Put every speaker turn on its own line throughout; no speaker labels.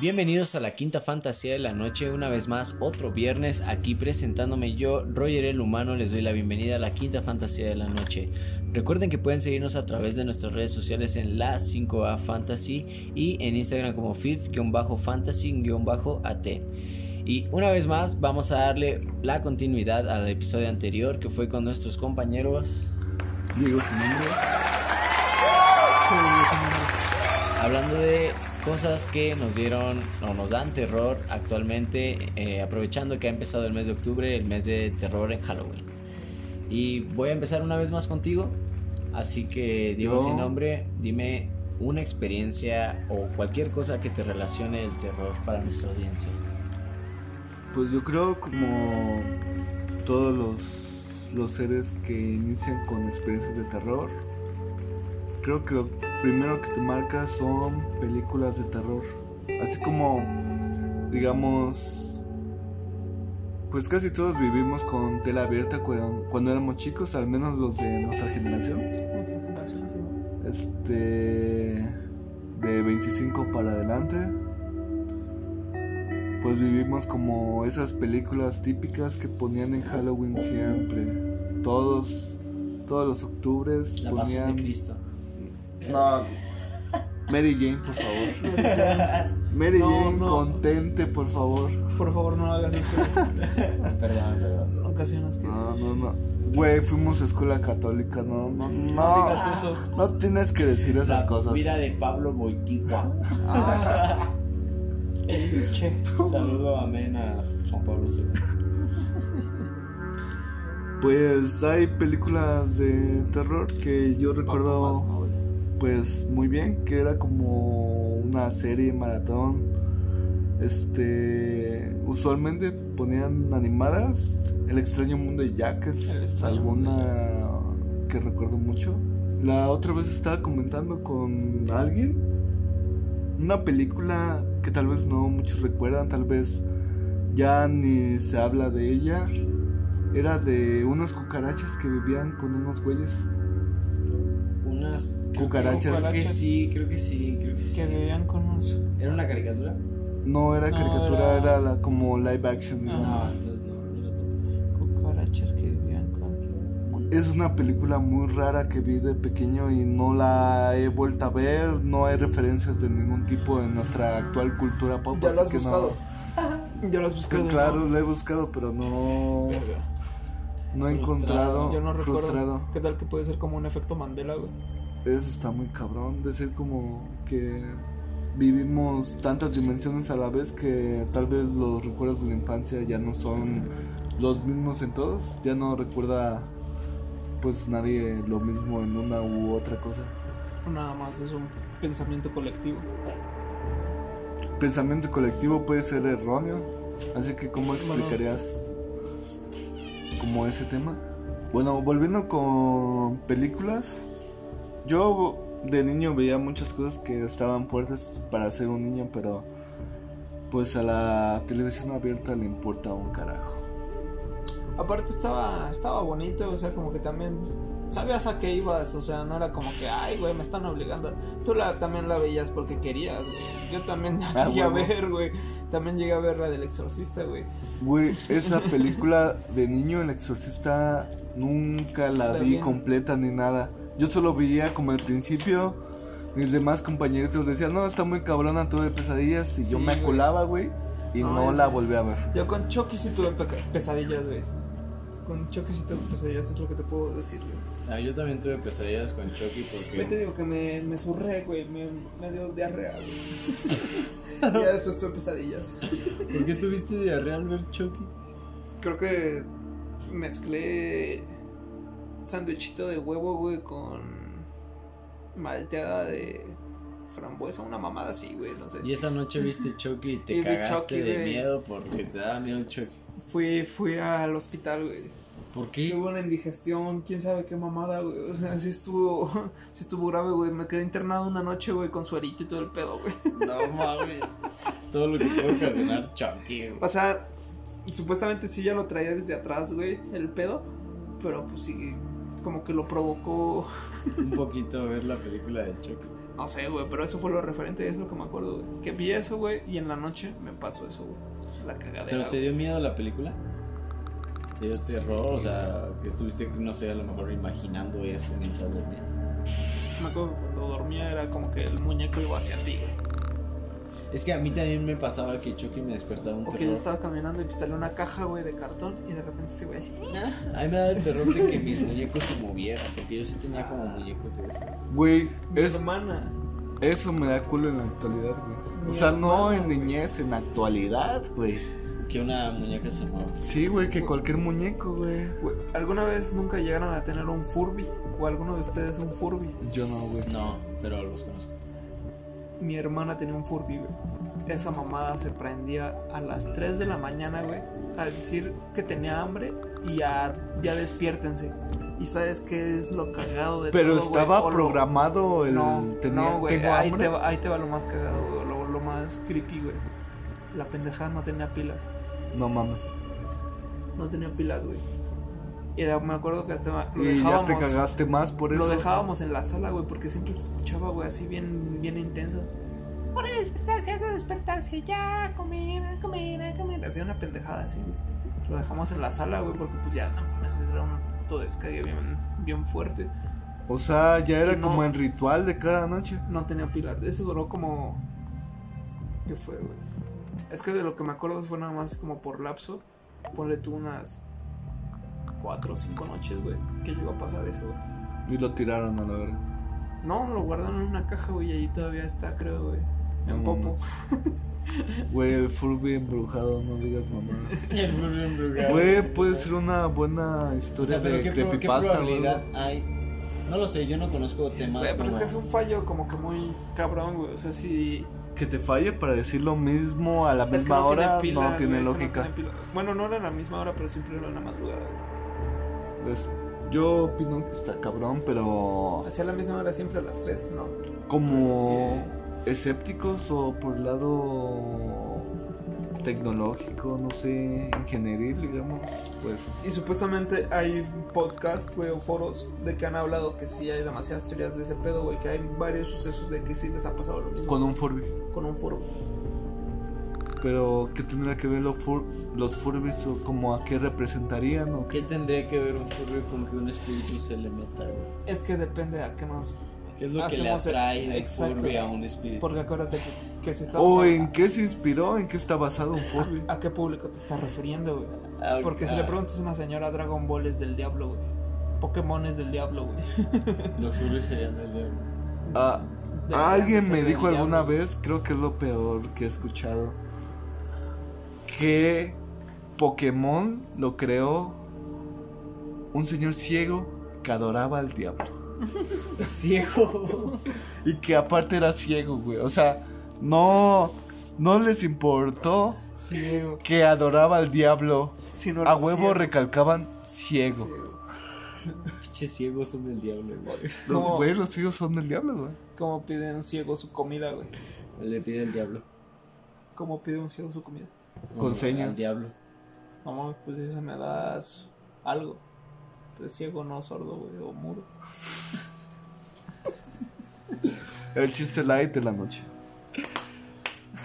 Bienvenidos a la quinta fantasía de la noche, una vez más, otro viernes, aquí presentándome yo, Roger el Humano, les doy la bienvenida a la quinta fantasía de la noche. Recuerden que pueden seguirnos a través de nuestras redes sociales en la 5A Fantasy y en Instagram como fif-fantasy-at. Y una vez más vamos a darle la continuidad al episodio anterior que fue con nuestros compañeros
Diego sin nombre.
hablando de cosas que nos dieron o nos dan terror actualmente, eh, aprovechando que ha empezado el mes de octubre, el mes de terror en Halloween. Y voy a empezar una vez más contigo, así que Diego
Yo-
sin nombre, dime una experiencia o cualquier cosa que te relacione el terror para nuestra audiencia.
Pues yo creo como todos los, los seres que inician con experiencias de terror, creo que lo primero que te marca son películas de terror. Así como, digamos, pues casi todos vivimos con tela abierta cuando, cuando éramos chicos, al menos los de nuestra generación. este de 25 para adelante pues vivimos como esas películas típicas que ponían en Halloween siempre todos todos los octubres
Pues
La pasión
ponían
de Cristo.
No. Mary Jane por favor Mary
No,
Jane
no.
contente por favor
Por favor, no hagas esto.
Perdón, perdón.
Ocasionas que.
no no no güey fuimos a escuela católica no no
No
no
digas eso.
no tienes que decir esas
la
cosas Ah.
vida de Pablo Boitigua.
Che.
Saludo amén a Juan Pablo II.
Pues hay películas de terror que yo recuerdo pues muy bien, que era como una serie maratón. Este, usualmente ponían animadas El extraño mundo de Jack,
El
es
extraño mundo de
alguna que recuerdo mucho. La otra vez estaba comentando con alguien una película que tal vez no muchos recuerdan, tal vez ya ni se habla de ella. Era de unas cucarachas que vivían con unos güeyes.
Unas creo que-
Cucarachas.
Creo que sí, creo que sí, creo que sí.
Que vivían con unos.
¿Era una caricatura?
No era
No,
caricatura,
era-
era, la- como live action.
Ah.
digamos.
entonces no, no lo tomo.
Cucarachas que vivían con.
Es una película muy rara que vi de pequeño y no la he vuelto a ver. No hay referencias de ningún tipo en nuestra actual cultura pop. así que no.
Ya lo has buscado. ¿no?
Claro, la he buscado, pero no,
Verga.
no
Frustrado.
he encontrado.
Yo no recuerdo.
frustrado.
¿Qué tal que puede ser como un efecto Mandela, güey?
Eso está muy cabrón. Decir como que vivimos tantas dimensiones a la vez que tal vez los recuerdos de la infancia ya no son los mismos en todos. Ya no recuerda pues nadie lo mismo en una u otra cosa.
Nada más es un pensamiento colectivo.
Pensamiento colectivo puede ser erróneo. Así que ¿cómo explicarías como ese tema? Bueno, volviendo con películas, yo de niño veía muchas cosas que estaban fuertes para ser un niño, pero pues a la televisión abierta le importa un carajo.
Aparte estaba, estaba bonito, o sea, como que también sabías a qué ibas, o sea, no era como que, ay, güey, me están obligando. Tú la, también la veías porque querías, güey. Yo también la
Ah,
llegué a
huevo.
ver, güey. También llegué a ver la del exorcista, güey.
Güey, esa película de niño, El Exorcista, nunca la
La
vi
vi.
completa ni nada. Yo solo veía como al principio. Mis demás compañeritos decían, no, está muy cabrona, tuve pesadillas. Y yo
Sí,
me
güey.
colaba, güey, y
No,
no,
es-
la volví a ver.
Yo con Chucky sí tuve peca- pesadillas, güey. Con Chucky sí tuve pesadillas, es lo que te puedo decir, güey.
Ah, yo también tuve pesadillas con Chucky
Yo te
porque
digo que me, me surré, güey, me, me dio diarrea, güey. y ya después tuve pesadillas.
¿Por qué tuviste diarrea al ver Chucky?
Creo que mezclé sándwichito de huevo, güey, con malteada de frambuesa, una mamada así, güey, no sé.
Y esa noche viste Chucky y te
Y vi
cagaste
Chucky,
de
güey.
miedo porque te daba miedo Chucky.
Fui, fui al hospital, güey.
¿Por
Tuve una indigestión, quién sabe qué mamada, güey. O sea, sí estuvo, sí estuvo grave, güey. Me quedé internado una noche, güey, con suerito y todo el pedo, güey.
No mames. Todo lo que puede ocasionar Chucky. güey.
O sea, supuestamente sí ya lo traía desde atrás, güey, el pedo. Pero pues sí, como que lo provocó.
Un poquito ver la película del Chucky.
No sé, güey, pero eso fue lo referente, es lo que me acuerdo, güey. Que vi eso, güey, y en la noche me pasó eso, güey. La
¿Pero
cagadera.
te
güey.
dio miedo la película? ¿Te dio
Sí.
terror? O sea, que estuviste, no sé, a lo mejor imaginando eso mientras dormías.
Me acuerdo que cuando dormía era como que el muñeco iba hacia ti, güey.
Es que a mí también me pasaba que Chucky me despertaba un
O que yo
terror.
estaba caminando y pues salió una caja, güey, de cartón y de repente ese güey así.
Ah, A mí me daba el terror de que mis muñecos se movieran, porque yo sí tenía como muñecos de esos.
Güey,
Mi
es,
hermana.
eso me da culo en la actualidad, güey. O sea, no en niñez, en actualidad, güey.
Que una muñeca se mueva.
Sí, güey, que cualquier muñeco, güey.
Güey, ¿Alguna vez nunca llegaron a tener un Furby? ¿O alguno de ustedes un Furby?
Yo no, güey.
No, pero los conozco.
Mi hermana tenía un Furby, güey. Esa mamada se prendía a las 3 de la mañana, güey, a decir que tenía hambre y a, ya despiértense. ¿Y sabes qué es lo cagado de
Pero
todo, güey?
estaba
O lo-
programado el.
No,
tenía-
no, güey,
tengo
ahí
hambre.
te, va, ahí te va lo más cagado, güey, lo, lo más creepy, güey. La pendejada no tenía pilas.
No mames.
No tenía pilas, güey. Y era- me acuerdo que hasta lo
Y ya
dejábamos,
te cagaste más por eso.
lo dejábamos en la sala, güey, porque siempre se escuchaba, güey, así bien, bien intenso.
Hora de despertarse, hora de despertarse, ya, comer, a comer, a comer.
Hacía una pendejada así, güey. Lo dejamos en la sala, güey, porque pues ya no mames, era un puto descague bien, bien fuerte.
O sea, ya era
No.
como en ritual de cada noche.
No tenía pilas. Eso duró como. ¿Qué fue, güey? Es que de lo que me acuerdo fue nada más como por lapso. Ponle tú unas cuatro o cinco noches, güey, que llegó a pasar eso, güey.
Y lo tiraron a la verga.
No, lo guardaron en una caja, güey, y ahí todavía está, creo, güey. En
No
popo.
mames. Güey, el Furby embrujado, no digas mamá.
El Furby embrujado.
Güey, puede ser una buena
O
historia
sea, pero
de
¿qué, pro- qué
creepypasta, güey.
probabilidad hay? No lo sé, yo no conozco temas
Güey, pero es
como...
que es un fallo como que muy cabrón, güey. O sea, si
Que te falle para decir lo mismo a la misma
Es que no
hora
tiene pilas,
no tiene
güey, es que
lógica.
no tiene pila- bueno, no era la misma hora, pero siempre era en la madrugada. güey.
Pues, yo opino que está cabrón, pero
Hacía la misma hora siempre a las 3, no.
como
eh,
Sí.
escépticos o por el lado tecnológico, no sé, ingenieril, digamos, pues
Y supuestamente hay podcast, güey, o foros de que han hablado que sí hay demasiadas teorías de ese pedo, güey, que hay varios sucesos de que sí les ha pasado lo mismo
con un Furby.
con un foro.
Pero, ¿qué tendrá que ver los, fur los Furbies o como a qué representarían o qué?
¿Qué tendría que ver un Furby con que un espíritu se le meta? güey?
Es que depende a qué nos...
¿Qué es lo que le
Hacemos Ah, el-
atrae de
exacto.
Furby a un espíritu?
Porque acuérdate que, que si estamos...
¿O
a-
en qué se inspiró? ¿En qué está basado un Furby?
a, a qué público te estás refiriendo, güey?
Ah,
Porque si
ah,
le preguntas a una señora, Dragon Ball es del diablo, güey. Pokémon es del diablo, güey.
Los Furby serían del diablo.
Ah,
Deberían de
alguien
ser
me
del
dijo alguna
diablo.
vez, creo que es lo peor que he escuchado, que Pokémon lo creó un señor ciego que adoraba al diablo.
Ciego.
Y que aparte era ciego, güey. O sea, no, no les importó
Ciego.
que adoraba al diablo.
Si no
A
eres
huevo
ciego.
recalcaban ciego.
Ciego.
Pinches ciegos son del diablo, güey.
Los,
¿Cómo?
güey, los ciegos son del diablo, güey.
¿Cómo pide un ciego su comida, güey?
Le pide el diablo.
¿Cómo pide un ciego su comida?
Con señas.
Al diablo.
Mamá, pues si se me das algo. Pues ciego, no sordo, güey, o muro.
El chiste light de la noche.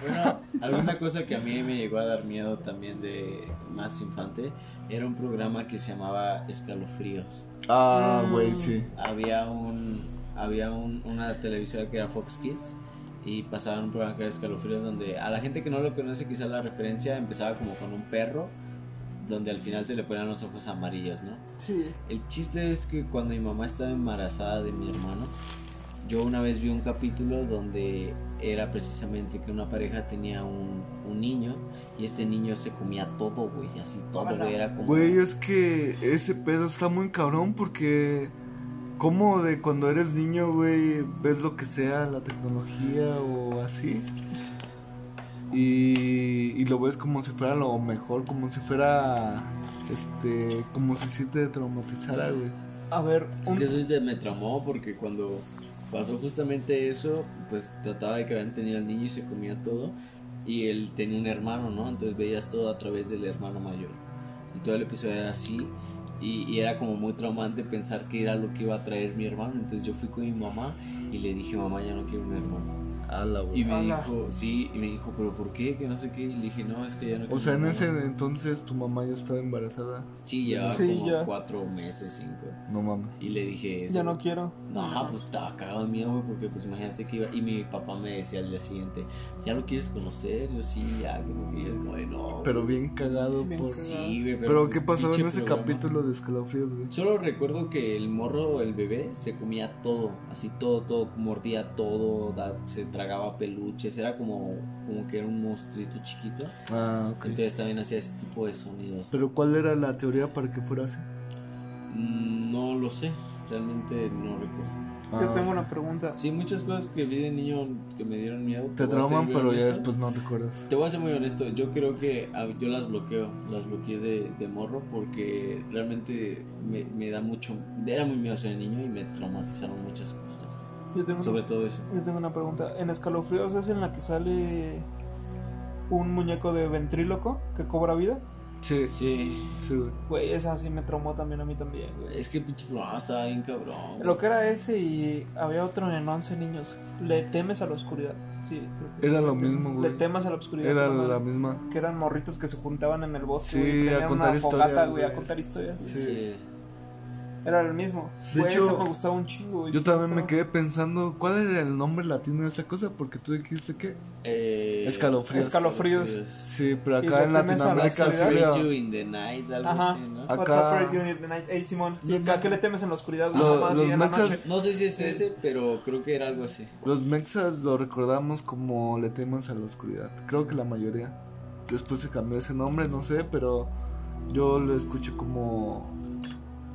Bueno, alguna cosa que a mí me llegó a dar miedo también de más infante era un programa que se llamaba Escalofríos.
Ah,
Mm.
güey, sí.
Había un había un- una televisora que era Fox Kids y pasaban un programa que era Escalofríos donde a la gente que no lo conoce quizá la referencia empezaba como con un perro donde al final se le ponían los ojos amarillos, ¿no?
Sí.
El chiste es que cuando mi mamá estaba embarazada de mi hermano, yo una vez vi un capítulo donde era precisamente que una pareja tenía un, un niño y este niño se comía todo, güey, así todo,
Hola.
güey, era como...
Güey, es que ese pedo está muy cabrón porque... ¿Cómo de cuando eres niño, güey, ves lo que sea, la tecnología o así? Y, y lo ves como si fuera lo mejor, como si fuera... Este, como si sí te traumatizara, güey.
A ver,
Es
un...
que eso sí te- me tramó porque cuando pasó justamente eso, pues trataba de que habían tenido al niño y se comía todo. Y él tenía un hermano, ¿no? Entonces veías todo a través del hermano mayor. Y todo el episodio era así. Y, y era como muy traumante pensar que era lo que iba a traer mi hermano. Entonces yo fui con mi mamá y le dije, mamá, ya no quiero un hermano.
Ala, güey.
Y me
Ala.
dijo, sí, y me dijo, pero ¿por qué? Que no sé qué. Y le dije, no, es que ya no quiero
O sea,
un
en ese
hermano".
entonces tu mamá ya estaba embarazada.
Sí, llevaba
Sí,
como
ya.
cuatro meses, cinco.
No mames.
Y le dije eso.
Ya no quiero.
No, ajá, pues estaba cagado de miedo, güey, porque pues imagínate que iba. Y mi papá me decía al día siguiente, ¿ya lo quieres conocer? Yo sí, ya, como que yo, como de no.
Pero bien cagado
Bien
por.
cagado.
sí, güey, pero.
Pero
pues,
¿qué pasaba en
pinche
ese
programa.
capítulo de escalofríos, güey?
Solo recuerdo que el morro o el bebé se comía todo, así todo, todo, mordía todo, da- se tragaba peluches, era como, como que era un monstruito chiquito.
Ah, ok.
Entonces también hacía ese tipo de sonidos.
Pero ¿cuál era la teoría para que fuera así?
Mm, No lo sé, realmente no recuerdo.
Ah,
Yo tengo una pregunta.
Sí, muchas cosas que vi de niño que me dieron miedo.
Te
voy a ser
trauman,
muy
pero ya
honesto.
después no recuerdas.
Te voy a ser muy honesto, yo creo que ah, yo las bloqueo, las bloqueé de, de morro porque realmente me, me da mucho, era muy miedo ser niño y me traumatizaron muchas cosas,
Yo tengo,
sobre
una,
todo eso.
yo tengo una pregunta. En Escalofríos es en la que sale un muñeco de ventríloco que cobra vida.
Sí,
Sí,
sí, güey.
Güey, esa sí me traumó también a mí también, güey.
es que pinche programa estaba bien cabrón.
Lo que era ese y había otro en 11 niños. Le temes a la oscuridad. Sí. creo que-
Era lo
Le temes-
mismo, güey.
Le temas a la oscuridad.
Era
no
la
mames.
misma.
Que eran morritos que se juntaban en el bosque
Sí,
güey, y
a
prendían
contar
una
historias,
fogata, güey, a
güey.
contar historias.
Sí.
Sí.
Era el mismo.
De
Güey,
hecho,
ese me gustaba un chingo, güey.
Yo
sí,
también me
estaba-
quedé pensando, ¿cuál era el nombre latino de esta cosa? Porque tú dijiste que...
Eh,
Escalofríos.
Escalofríos.
Sí, pero
Y
acá
le
en
temes a la
Latinoamérica
oscuridad.
sí,
Afraid
era-
you in the night, algo
Ajá.
así, ¿no?
Ah.
What's
Acá-
up, Freddy, you need the night? Ey, Simón, sí,
No,
¿a qué le temes en la oscuridad? güey?
Lo-
Nada más,
los
y en la
mexas-
noche.
No sé si es ese, pero creo que era algo así.
Los mexas lo recordamos como le temas a la oscuridad. Creo que la mayoría. Después se cambió ese nombre, no sé, pero yo lo escuché como...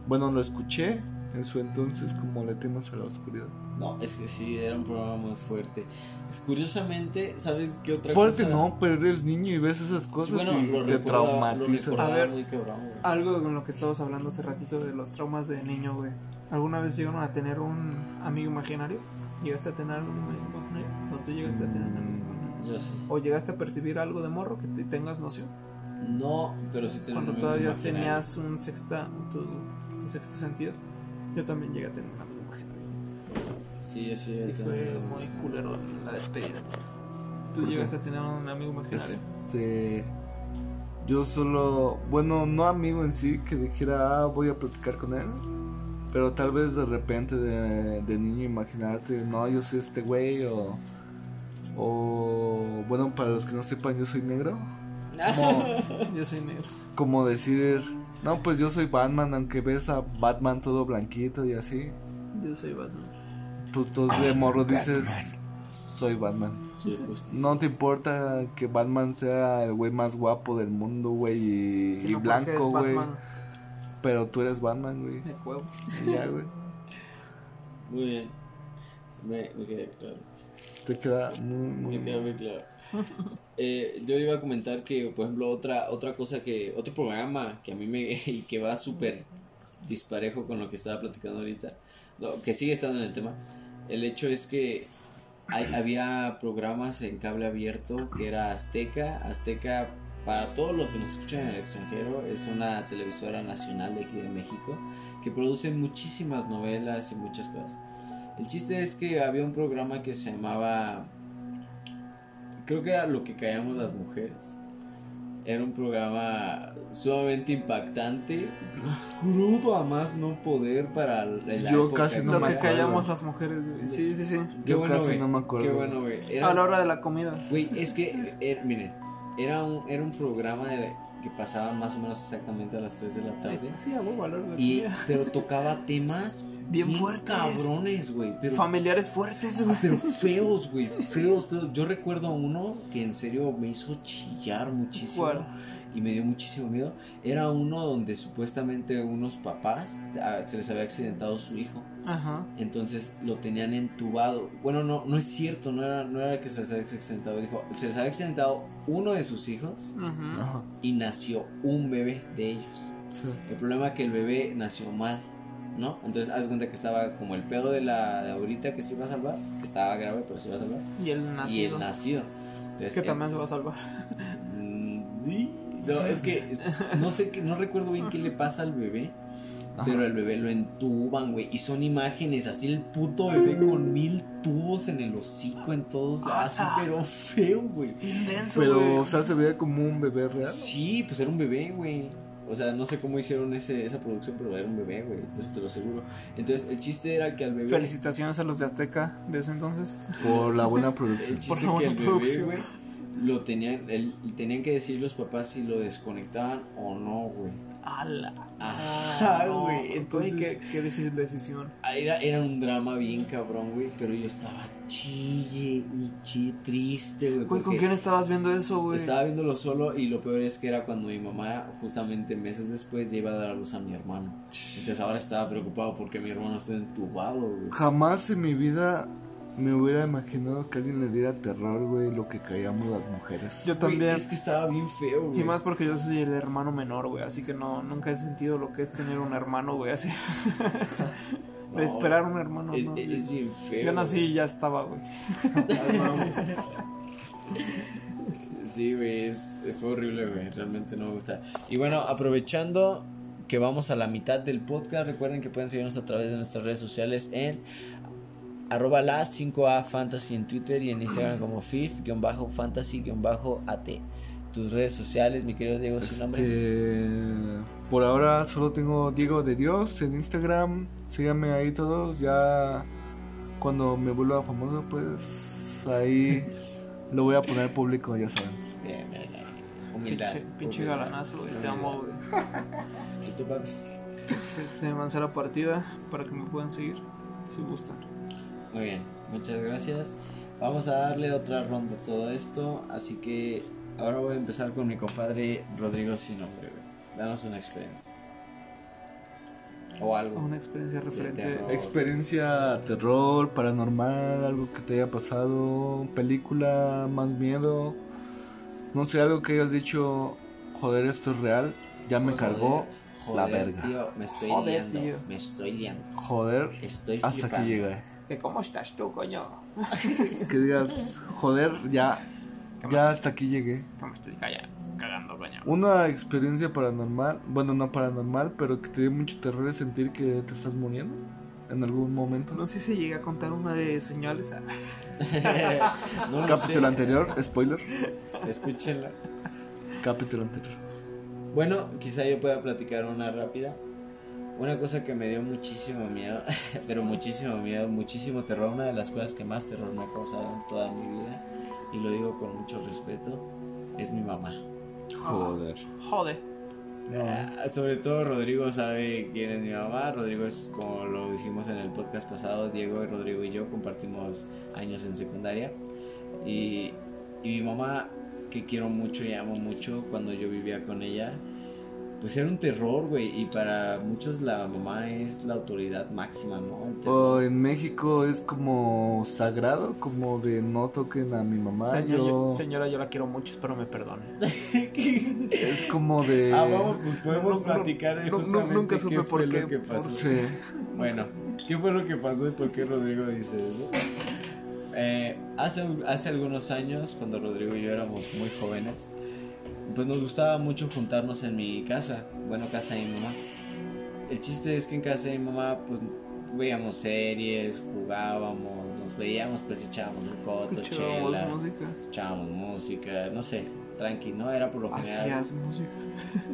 Bueno, lo escuché en su entonces como le temas a la oscuridad.
No, es que sí, era un programa muy fuerte. Es, curiosamente, ¿sabes qué otra
Fuerte
cosa?
no, pero eres niño y ves esas cosas
bueno,
y
lo
te
recordaba-
traumatizas.
Lo recordaba
A ver. Ah.
muy cabrón, güey.
Algo con lo que estabas hablando hace ratito de los traumas de niño, güey. ¿Alguna vez llegaron a tener un amigo imaginario? ¿Llegaste a tener algún amigo imaginario? ¿O tú llegaste a tener un amigo imaginario?
Yo sí.
¿O llegaste a percibir algo de morro que te tengas noción?
No, pero sí tenía
Cuando
un amigo
todavía
imaginario.
tenías un sexta, tu, tu sexto sentido. Yo también llegué a tener un amigo imaginario.
Sí, yo sí.
Y
yo
fue
también.
muy culero la despedida. ¿Tú
¿Por qué?
llegaste a tener un amigo imaginario?
Este, yo solo, bueno, no amigo en sí que dijera "Ah, voy a platicar con él, pero tal vez de repente de, de niño imaginarte, no, yo soy este güey o, o, bueno, para los que no sepan, yo soy negro, como,
Yo soy negro.
como decir, no, pues yo soy Batman, aunque ves a Batman todo blanquito y así,
Yo soy Batman.
pues tú de morro dices, soy Batman.
Sí, justicia.
No te importa que Batman sea el güey más guapo del mundo, güey, y, y
Sino porque es
blanco, güey.
Batman
Pero tú eres Batman, güey.
de huevo.
Y ya, güey.
Muy bien. Me, me quedé claro.
Te queda muy, muy
Me quedé
bien.
muy claro. Eh, yo iba a comentar que, por ejemplo, otra, otra cosa que, otro programa que a mí me, y que va súper disparejo con lo que estaba platicando ahorita, no, que sigue estando en el tema, el hecho es que hay- había programas en cable abierto que era Azteca, Azteca para todos los que nos escuchan en el extranjero, es una televisora nacional de aquí de México que produce muchísimas novelas y muchas cosas. El chiste es que había un programa que se llamaba creo que era lo que callamos las mujeres. Era un programa sumamente impactante, crudo a más no poder para la la
Yo
época,
casi no
Lo
me
que
acuerdo.
callamos las mujeres, güey. Sí, sí, sí.
Qué
Yo
bueno,
casi
güey,
no me acuerdo.
Qué bueno, güey. Era-
A la hora de la comida.
Güey, es que, eh, miren, era un, era un programa de- que pasaba más o menos exactamente a las 3 de la tarde.
Sí, a huevo, a la hora de la
Y,
comida.
pero tocaba temas
Bien fuertes.
cabrones, güey. Pero,
Familiares fuertes, güey.
pero feos, güey. Feos, feos. Yo recuerdo uno que en serio me hizo chillar muchísimo.
¿Cuál?
Y me dio muchísimo miedo. Era uno donde supuestamente unos papás ah, se les había accidentado su hijo.
Ajá.
Entonces lo tenían entubado. Bueno, no, no es cierto, no era, no era que se les había accidentado. Dijo, se les había accidentado uno de sus hijos
Ujú.
Ajá,
y nació un bebé de ellos.
sí.
El problema es que el bebé nació mal, ¿no? Entonces haz de cuenta que estaba como el pedo de la de ahorita que se iba a salvar, que estaba grave, pero se iba a salvar.
Y
Y
el
el
nacido.
nacido. Entonces,
que
el-
también se va a salvar.
Mm, di- No, es que es- no sé, qué- no recuerdo bien qué le pasa al bebé,
Ajá.
Pero el bebé lo entuban, güey. Y son imágenes, así el puto bebé con mil tubos en el hocico, en todos lados.
Ah.
Así, pero feo, güey.
Intenso,
Pero,
güey.
o sea, se veía como un bebé real.
Sí, pues era un bebé, güey. O sea, no sé cómo hicieron ese, esa producción, pero era un bebé, güey. Entonces te lo aseguro. Entonces, el chiste era que al bebé.
Felicitaciones a los de Azteca de ese entonces.
Por la buena
El
producción.
chiste
Por favor,
que el
no
bebé,
producción.
güey, lo tenían, el- tenían que decir los papás si lo desconectaban o no, güey.
¡Ala!
Ajá,
No,
güey.
Ah, güey,
Entonces,
qué, qué difícil decisión.
era, era un drama bien cabrón, güey, pero yo estaba chille y chi triste, güey.
Güey, ¿con
porque
quién estabas viendo eso, güey?
Estaba viéndolo solo y lo peor es que era cuando mi mamá, justamente meses después, ya iba a dar a luz a mi hermano. Entonces ahora estaba preocupado porque mi hermano está entubado, güey.
Jamás en mi vida me hubiera imaginado que alguien le diera terror, güey, lo que callamos las mujeres.
Yo también.
Güey, Es que estaba bien feo, güey.
Y más porque yo soy el hermano menor, güey. Así que no, nunca he sentido lo que es tener un hermano, güey. Así.
No,
de esperar un hermano.
Es,
¿no?
es- es bien feo.
yo
güey.
nací y ya estaba, güey.
Sí, güey, es- fue horrible, güey. Realmente no me gusta. Y bueno, aprovechando que vamos a la mitad del podcast, recuerden que pueden seguirnos a través de nuestras redes sociales en arroba la 5A Fantasy en Twitter y en Instagram como fif-fantasy-at. Tus redes sociales, mi querido Diego, sin nombre.
Este, por ahora solo tengo Diego de Dios en Instagram. Síganme ahí todos. Ya cuando me vuelva famoso, pues ahí lo voy a poner público, ya saben.
Bien, bien, bien. Humildad.
Pinche, pinche
humildad.
galanazo, güey. Te amo, güey.
¿Y tú, papi?
Este, Mancera Partida, para que me puedan seguir. Si gustan.
Muy bien, muchas gracias. Vamos a darle otra ronda a todo esto, así que ahora voy a empezar con mi compadre Rodrigo sin nombre. güey. Danos una experiencia. O algo.
Una experiencia referente.
terror.
Experiencia, terror, paranormal, algo que te haya pasado, película, más miedo. No sé, algo que hayas dicho, joder, esto es real, ya me cargó, la
Joder,
verga.
Tío, me estoy
Joder,
liando.
tío.
Me estoy liando.
joder,
Estoy
hasta que
flipando.
llegue.
Que, ¿Cómo estás tú, coño?
Que digas, joder, ya, ya hasta aquí llegué.
Que me estoy calla- cagando, coño.
Una experiencia paranormal, bueno, no paranormal, pero que te dio mucho terror es sentir que te estás muriendo en algún momento.
No sé si llegué a contar una de señales. ah.
no lo
Capítulo
sé,
anterior, spoiler,
Escúchenlo.
capítulo anterior.
Bueno, quizá yo pueda platicar una rápida. Una cosa que me dio muchísimo miedo, pero muchísimo miedo, muchísimo terror, una de las cosas que más terror me ha causado en toda mi vida, y lo digo con mucho respeto, es mi mamá.
Joder.
Joder.
Ah, sobre todo Rodrigo sabe quién es mi mamá. Rodrigo es, como lo dijimos en el podcast pasado, Diego, y Rodrigo y yo compartimos años en secundaria. Y, y mi mamá, que quiero mucho y amo mucho, cuando yo vivía con ella, pues era un terror, güey. Y para muchos la mamá es la autoridad máxima, ¿no? El
Pues,
terror.
O en México es como sagrado, como de no toquen a mi mamá.
Señor,
yo-
yo- señora, yo la quiero mucho, espero me perdone.
Es como de.
Ah, vamos, pues podemos
No, no,
platicar eh,
no, no,
justamente
nunca supe
qué fue
por qué,
lo que
por
pasó.
Sí.
Bueno, ¿qué fue lo que pasó y por qué Rodrigo dice eso? Eh, hace, hace algunos años, cuando Rodrigo y yo éramos muy jóvenes, pues nos gustaba mucho juntarnos en mi casa, bueno, casa de mi mamá. El chiste es que en casa de mi mamá, pues veíamos series, jugábamos, nos veíamos, pues echábamos el coto,
Escuchábamos
chela,
música.
escuchábamos música, no sé, tranqui, ¿no? Era por lo general
Hacías música.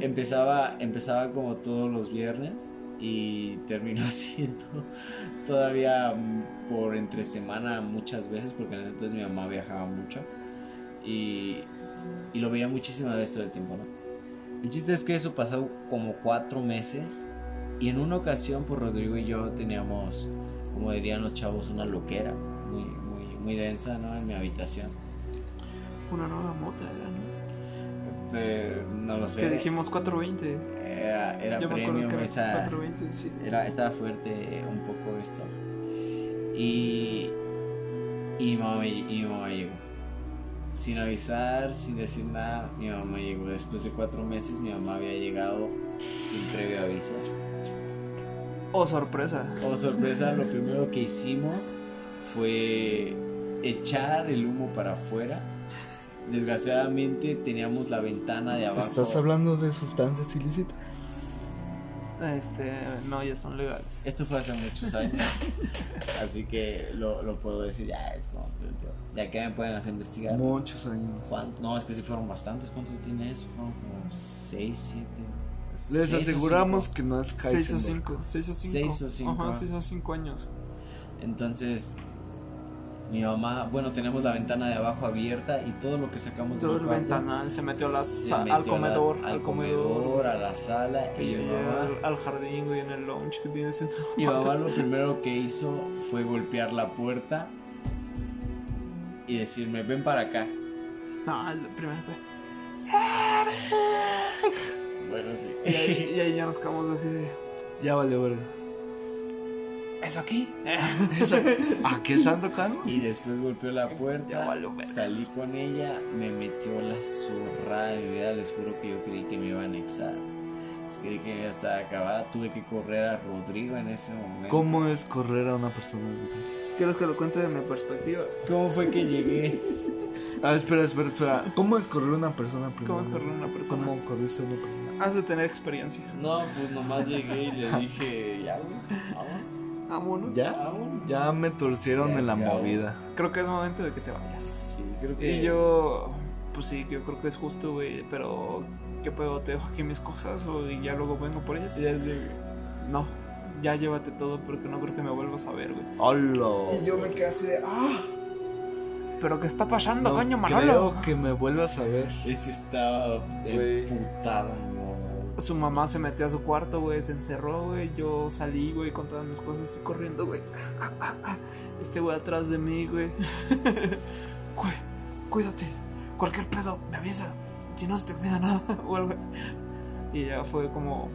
empezaba, empezaba como todos los viernes y terminó siendo todavía mm, por entre semana muchas veces porque en ese entonces mi mamá viajaba mucho y, y lo veía muchísimas veces todo el tiempo, ¿no? El chiste es que eso pasó como cuatro meses y en una ocasión pues Rodrigo y yo teníamos, como dirían los chavos, una loquera muy, muy, muy densa, ¿no? En mi habitación.
Una nueva mota era, ¿no?
Eh, no lo sé.
Que dijimos 420.
Era, era
Yo me acuerdo
premium
que era
esa-
420, sí.
era, estaba fuerte eh, un poco esto. Y, y, mi mamá, y mi mamá llegó. Sin avisar, sin decir nada, mi mamá llegó. Después de cuatro meses mi mamá había llegado sin previo aviso.
Oh, sorpresa.
Oh, sorpresa, lo primero que hicimos fue echar el humo para afuera. Desgraciadamente teníamos la ventana de abajo.
¿Estás hablando de sustancias ilícitas?
Este, no, ya son legales.
Esto fue hace muchos años. así que lo, lo puedo decir, ya es como tío, Ya que me pueden hacer investigar.
Muchos años.
¿Cuán- No, es que sí fueron bastantes. ¿Cuántos tiene eso? Fueron como 6, 7.
Les aseguramos que no es Kaiser.
6 o 5. 6 o 5.
Seis o cinco.
Ajá, 6 o 5 años.
Entonces, mi mamá, bueno, tenemos la ventana de abajo abierta y todo lo que sacamos
Todo
del
el
cuarto
ventanal se metió, a la
se
sa-
metió a
al
la-
comedor.
al comedor, a la sala.
Que
Y
yo
mi
llegué
mamá,
al, al jardín, güey, en el lounge que tienes en tu
mi mamá lo
casa.
primero que hizo fue golpear la puerta y decirme, ven para acá.
No, el primero fue.
Bueno, sí.
Y ahí, y ahí ya nos quedamos así de.
Ya vale, verga.
¿Es aquí?
¿A qué están tocando?
Y después golpeó la
Ya
puerta,
valió verga.
salí con ella, me metió la zurrada de mi vida, les juro que yo creí que me iba a anexar. Creí que ya estaba acabada, tuve que correr a Rodrigo en ese momento.
¿Cómo es correr a una persona?
¿Quieres que lo cuente de mi perspectiva?
¿Cómo fue que llegué?
Ah, espera, espera, espera. ¿Cómo es correr a una persona primero?
¿Cómo es correr a una persona?
¿Cómo corriste a una persona?
Has de tener experiencia.
No, pues nomás llegué y le dije, ya, güey, vamos,
Ah,
Vámonos.
Ya,
vamos.
ya me torcieron
Se
en la
acabó.
movida.
Creo que es momento de que te vayas.
Sí, creo que
Eh.
Y yo, pues sí, yo creo que es justo, güey, pero ¿qué pedo? ¿Te dejo aquí mis cosas o y ya luego vengo por ellas?
Ya sé, güey.
No, ya llévate todo porque no creo que me vuelvas a ver, güey.
¡Hola!
yo me quedé así de, ¡ah! ¿Pero qué está pasando,
No
coño, Manolo?
creo que me vuelvas a ver.
Ese estaba
Güey.
emputada, no.
Su mamá se metió a su cuarto, güey, se encerró, güey. Yo salí, güey, con todas mis cosas así corriendo, güey. Ah, ah, ah. Este güey atrás de mí, güey. Güey, cuídate. Cualquier pedo, me avisas. Si no se te olvida nada, o algo así. Y ya fue como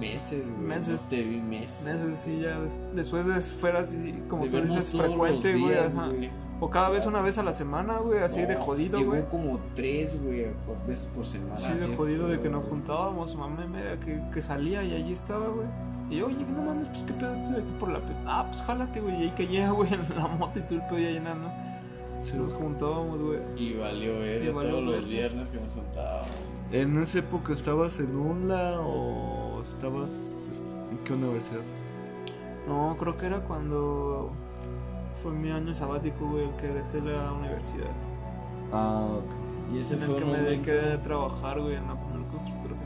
Meses, güey.
Meses.
no te vi meses.
meses, sí, ya des- después de fuera así, como
Te
tú
vemos
dices,
todos
frecuente,
los
güey.
días,
ajá.
güey.
O cada vez una vez a la semana, güey, así de
No,
jodido,
llegó
güey.
como tres, güey, por- veces por semana.
Así de jodido de que nos juntábamos, mamá y media que, que salía y allí estaba, güey. Y yo, oye, no mames, pues qué pedo estoy aquí por la pe- Ah, pues jálate, güey. Y ahí que llega, güey, en la moto y tú el pedo ya llenando. Se nos juntábamos, güey.
Y valió ver
Y valió
todos los
verga.
viernes que nos juntábamos.
¿En esa época estabas en UNLA o estabas en qué universidad?
No, creo que era cuando fue mi año sabático, güey, el que dejé la universidad.
Ah, ok.
Y ese
En el
fue,
que
un
me
momento,
dediqué a trabajar, güey, en la primer constructora que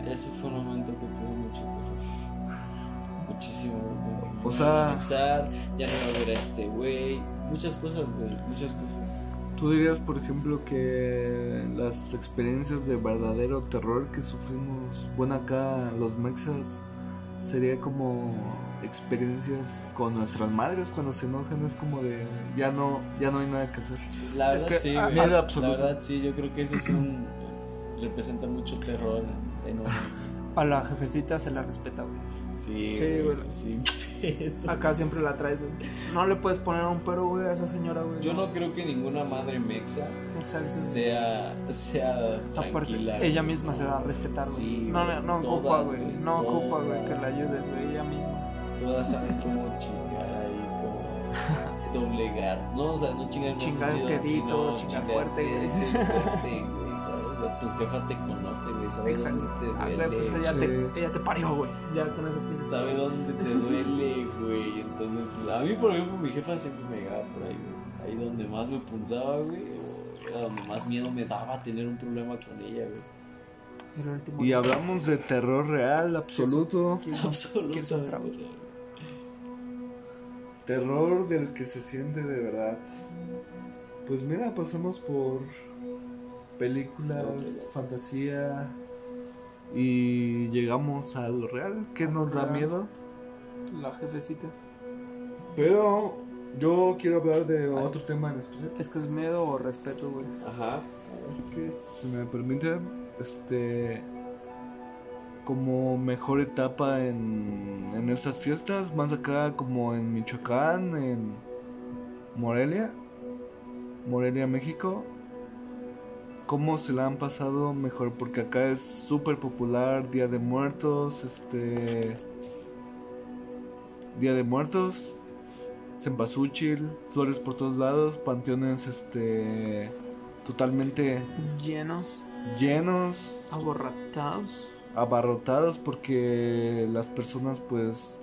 estuve.
ese fue un momento que tuvo mucho terror. Muchísimo terror.
O sea-
Anexar, ya no iba a ver a este güey. Muchas cosas, güey. Muchas cosas.
¿Tú dirías, por ejemplo, que las experiencias de verdadero terror que sufrimos, bueno, acá los mexas, sería como experiencias con nuestras madres cuando se enojan? Es como de, ya no, ya no hay nada que hacer.
La
Es
verdad,
que,
sí,
ah,
güey.
miedo
La
absoluto.
verdad, sí. Yo creo que eso es un. representa mucho terror en- en un.
A la jefecita se la respeta, güey.
Sí,
Sí,
güey.
güey.
Sí, pesa.
Acá siempre la traes, güey. No le puedes poner un pero, güey, a esa señora, güey.
Yo no creo que ninguna madre mexa
O sea, es-
sea, sea
Aparte,
tranquila.
ella
güey,
misma
¿no?
se da a respetar, güey.
Sí,
no, no, no
todas,
ocupa, güey.
güey,
No ocupa, güey, que
todas.
la ayudes, güey, ella misma.
Todas saben cómo chingar ahí, cómo doblegar. No, o sea, no chingar en
Chingar
un sentido, sino
quedito, chingar fuerte, güey.
este, fuerte, güey, ¿sabes? O sea, tu jefa te conoce, güey, sabe
Exacto. Ah,
dónde te
güey, pues
duele.
ella,
sí.
te, ella te parió, güey. Ya con eso tienes.
Sabe dónde te duele, güey. Entonces, pues, a mí, por ejemplo, mi jefa siempre me llegaba por ahí, güey. Ahí donde más me punzaba, güey. o Era donde más miedo me daba tener un problema con ella, güey.
El último.
Y hablamos de terror real, absoluto,
¿Quieres un- ¿Quieres un trago?
Absolutamente.
terror del que se siente de verdad. Pues mira, pasamos por películas, fantasía y llegamos a lo real, que nos da miedo.
La jefecita.
Pero yo quiero hablar de otro tema en especial.
Es que es miedo o respeto, güey.
Ajá.
Que, si me permite, este. Como mejor etapa en, en estas fiestas, más acá como en Michoacán, en Morelia, Morelia, México. ¿Cómo se la han pasado mejor? Porque acá es súper popular Día de Muertos, este. Día de Muertos, Cempasúchil, flores por todos lados, panteones, este. Totalmente
Llenos,
llenos,
aborratados.
abarrotados porque las personas pues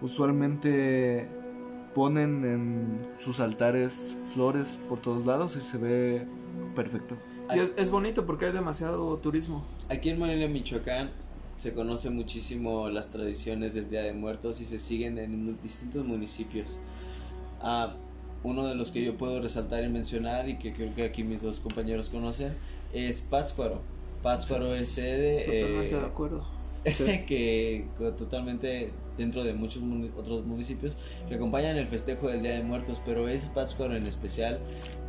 usualmente ponen en sus altares flores por todos lados y se ve perfecto.
Y es, es bonito porque hay demasiado turismo.
Aquí en Morelia, Michoacán, se conoce muchísimo las tradiciones del Día de Muertos y se siguen en mu- distintos municipios. Ah, uno de los que yo puedo resaltar y mencionar y que creo que aquí mis dos compañeros conocen es Pátzcuaro. Pátzcuaro es sede eh,
Totalmente de acuerdo.
que co- totalmente dentro de muchos muni- otros municipios que acompañan el festejo del Día de Muertos, pero es Pátzcuaro en especial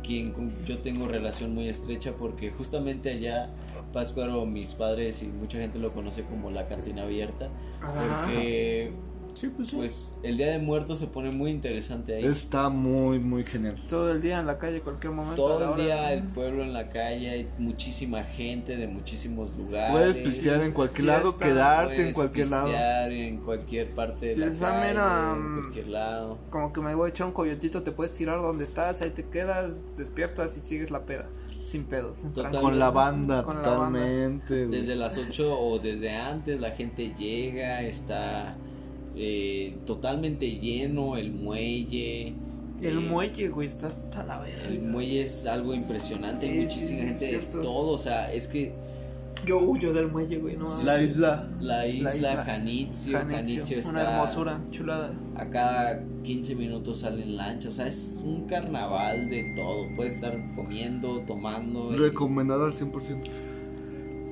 quien con- yo tengo relación muy estrecha porque justamente allá Pátzcuaro mis padres y mucha gente lo conoce como la cantina abierta
Ajá.
porque
Sí, pues sí.
pues el Día de Muertos se pone muy interesante ahí.
Está muy muy genial.
Todo el día en la calle, cualquier momento. a la
todo el
hora.
día el pueblo en la calle, hay muchísima gente de muchísimos lugares.
Puedes pistear en cualquier lado,
fiesta,
quedarte en
Puedes
cualquier lado.
pistear en cualquier parte de la
Les
calle,
amen a-
en cualquier lado.
Como que me voy a echar un coyotito, te puedes tirar donde estás, ahí te quedas, despiertas y sigues la peda. Sin pedos.
Total.
tranquilo.
Con la banda,
Con la
totalmente. güey.
Desde las 8 o desde antes la gente llega, está eh, totalmente lleno el muelle.
El
eh,
muelle, güey, está hasta la verga.
El muelle es algo impresionante, hay
Sí,
muchísima
sí, sí,
gente
es
de
cierto.
todo, o sea, es que
Yo huyo del muelle, güey, no
La isla.
la isla,
isla.
Janitzio,
Janitzio,
Janitzio
Una
está-
hermosura, chulada.
a cada 15 minutos salen lanchas, o sea, es un carnaval de todo, puedes estar comiendo, tomando. y-
Recomendado al 100%.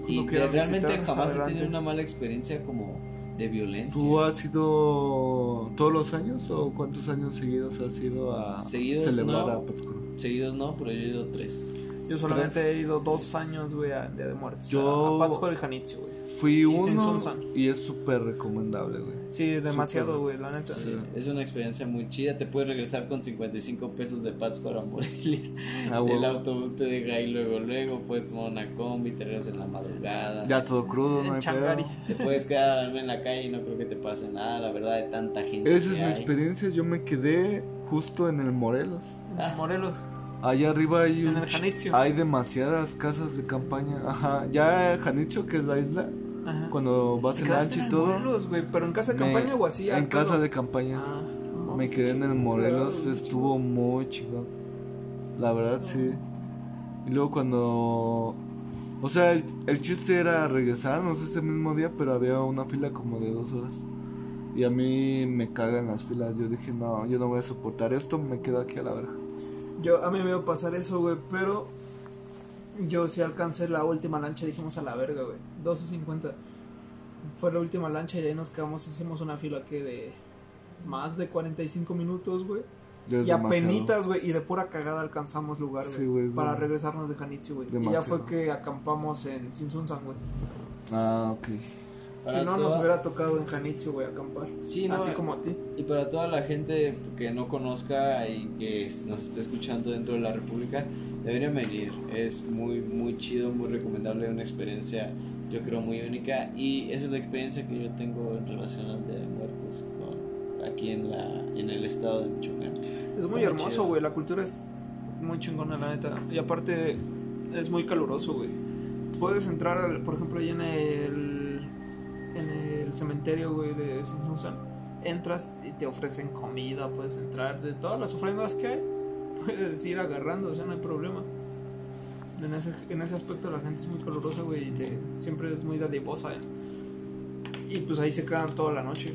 y
Lo
de-
quieras
realmente
visitar,
jamás he
adelante.
tenido una mala experiencia como de violencia.
¿Tú has ido todos los años o cuántos años seguidos has ido a
Seguidos,
celebrar
no.
a Pátzcuaro?
Seguidos no, pero yo he ido tres.
Yo solamente he ido dos años, güey, a Día de Muertos.
Yo-
A, a Pátzcuaro y Janitzio, güey.
Fui
sin
uno
Sunsan.
y es súper recomendable, güey.
Sí, demasiado,
Súper.
güey, la neta.
Sí, Es una experiencia muy chida, te puedes regresar con 55 pesos de Pátzcuaro a Morelia.
Ah,
El
güey.
autobús te deja ahí luego, luego, puedes tomar una combi, te regresas en la madrugada.
Ya todo crudo, no
En
hay pedo.
Changari.
Te puedes quedar a dormir en la calle y no creo que te pase nada, la verdad, de tanta gente.
Esa es
que
mi
hay.
experiencia, yo me quedé justo en el Morelos.
En Morelos.
Allá arriba hay
En
un
el
ch-
Janitzio.
hay demasiadas casas de campaña. Ajá, ya Janicho, que es la isla,
Ajá.
cuando vas
Te
en
quedaste
lancha
en
y todo.
Morelos, güey, pero en casa de
me-
campaña o así. al
En
pedo.
casa de campaña.
Ah, no,
me
está
quedé en el
chingón.
Morelos, estuvo muy chido. La verdad, sí. Y luego cuando... O sea, el, el chiste era regresarnos ese mismo día, pero había una fila como de dos horas. Y a mí me cagan las filas. Yo dije, no, yo no voy a soportar esto, me quedo aquí a la verga.
Yo, a mí me iba a pasar eso, güey, pero yo sí alcancé la última lancha, dijimos a la verga, güey. 12.50. Fue la última lancha y ahí nos quedamos, hicimos una fila que de más de 45 minutos, güey.
Ya es
Y
demasiado.
apenitas, güey, y de pura cagada alcanzamos lugar, güey.
Sí, güey, es
para
demasiado.
regresarnos de Janitzio, güey. Y ya
Demasiado.
fue que acampamos en Sinsunsan, güey.
Ah, ok.
Para
Si no, nos
toda-
hubiera tocado en Janitzio, güey, acampar.
Sí, no,
Así como a ti.
Y para toda la gente que no conozca y que es- nos esté escuchando dentro de la República, deberían venir. Es muy, muy chido, muy recomendable, una experiencia yo creo muy única. Y esa es la experiencia que yo tengo en relación al Día de Muertos con- aquí en, la, en el estado de Michoacán.
Es
Está
muy
muy chido.
hermoso, güey. La cultura es muy chingona, la neta. Y aparte, es muy caluroso, güey. Puedes entrar, al- por ejemplo, ahí en el, en el cementerio, güey, de Sinsunsan. Entras y te ofrecen comida, puedes entrar. De todas las ofrendas que hay, puedes ir agarrando, o sea, no hay problema. En ese, en ese aspecto la gente es muy calurosa, güey, y te- siempre es muy dadivosa. eh. Y pues ahí se quedan toda la noche.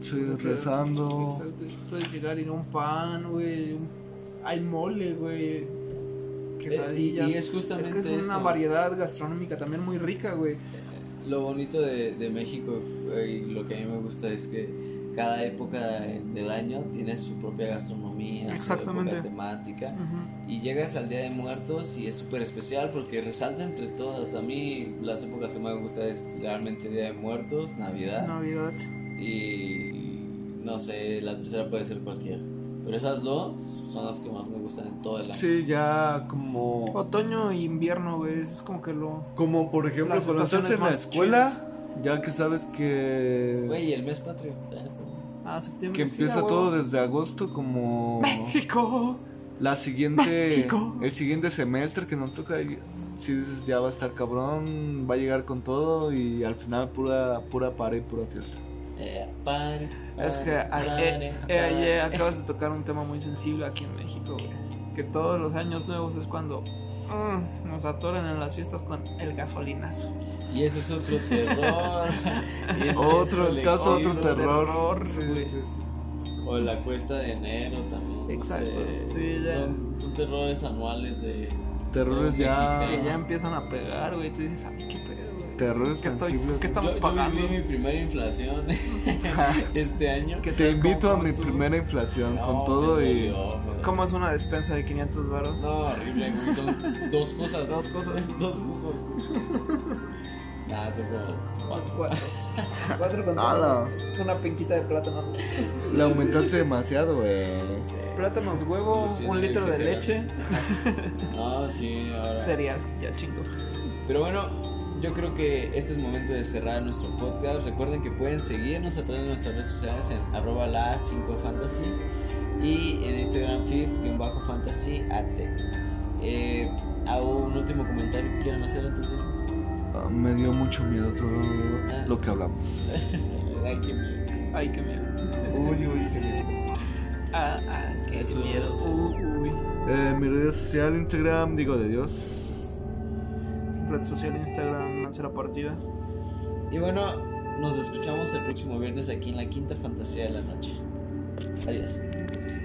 Sí,
Ok.
rezando.
Exacto, puedes llegar y no un pan, güey. un- Hay mole, güey. Quesadillas.
Eh,
Eh,
Y, y es justamente
que es una
eso.
variedad gastronómica también muy rica, güey.
Lo bonito de, de México eh, y lo que a mí me gusta es que cada época del año tiene su propia gastronomía, su
Exactamente.
propia temática. Y llegas al Día de Muertos y es súper especial porque resalta entre todas. A mí las épocas que más me gusta es realmente Día de Muertos, Navidad
Navidad.
y no sé, la tercera puede ser cualquiera. Pero esas dos son las que más me gustan en todo el año.
Sí, ya como...
Otoño e invierno, güey. Es como que lo.
Como por ejemplo
Las
cuando estás
estaciones
en la
más
escuela,
chidas.
ya que sabes que...
Güey, y el mes patrio. también está bueno.
Ah, septiembre.
que
sí,
empieza
a huevo.
todo desde agosto como
México.
la siguiente
México.
el siguiente semestre que nos toca ahí, si dices ya va a estar cabrón, va a llegar con todo y al final pura, pura para y pura fiesta.
Eh, pare,
Es que
pare,
a-
pare,
eh, eh,
pare.
ayer acabas de tocar un tema muy sensible aquí en México, güey. Que todos los años nuevos es cuando mm, nos atoran en las fiestas con el gasolinazo.
Y ese es otro terror. Y ese
Otro
es
caso,
colectivo.
otro terror.
terror,
Sí,
güey.
sí, sí.
O la cuesta de enero también. no
Exacto.
sé.
Sí, ya.
Son, son terrores anuales de.
Terrores
Que ya
ya.
empiezan a pegar, güey. Tú dices, ay, qué pedo, güey.
Terrores
¿Qué estoy-
tangibles.
qué Estamos
yo,
pagando.
Yo viví mi primera inflación este año.
¿Qué
Te
tal? ¿Cómo-
invito a
cómo
mi
estuvo?
primera inflación
No,
con
me
todo y.
dolió, me dolió.
¿Cómo es una despensa de 500 baros?
No, horrible, güey. Son dos cosas.
Dos cosas.
dos cosas, güey. Nah, eso fue. cuatro.
Cuatro. Cuatro con
Ala.
todos. Una penquita de plátanos.
Le aumentaste demasiado, güey.
Plátanos, huevo,
Luciana,
un litro de
etcétera.
leche,
No, sí, ahora.
cereal. Ya chingo.
Pero bueno, yo creo que este es momento de cerrar nuestro podcast. Recuerden que pueden seguirnos a través de nuestras redes sociales en arroba la 5 fantasy y en Instagram fif-fantasy at. Eh, hago un último comentario que quieran hacer antes de irnos.
Ah, Me dio mucho miedo todo lo que hablamos.
Ay, qué miedo.
Ay, qué miedo.
Uy, uy, qué miedo.
Ah, ah, qué
Eso,
miedo.
eso,
Uy, uy.
Eh, mi red social, Instagram, digo de Dios.
Red social, Instagram, Mancera Partida.
Y bueno, nos escuchamos el próximo viernes aquí en la quinta fantasía de la noche. Adiós.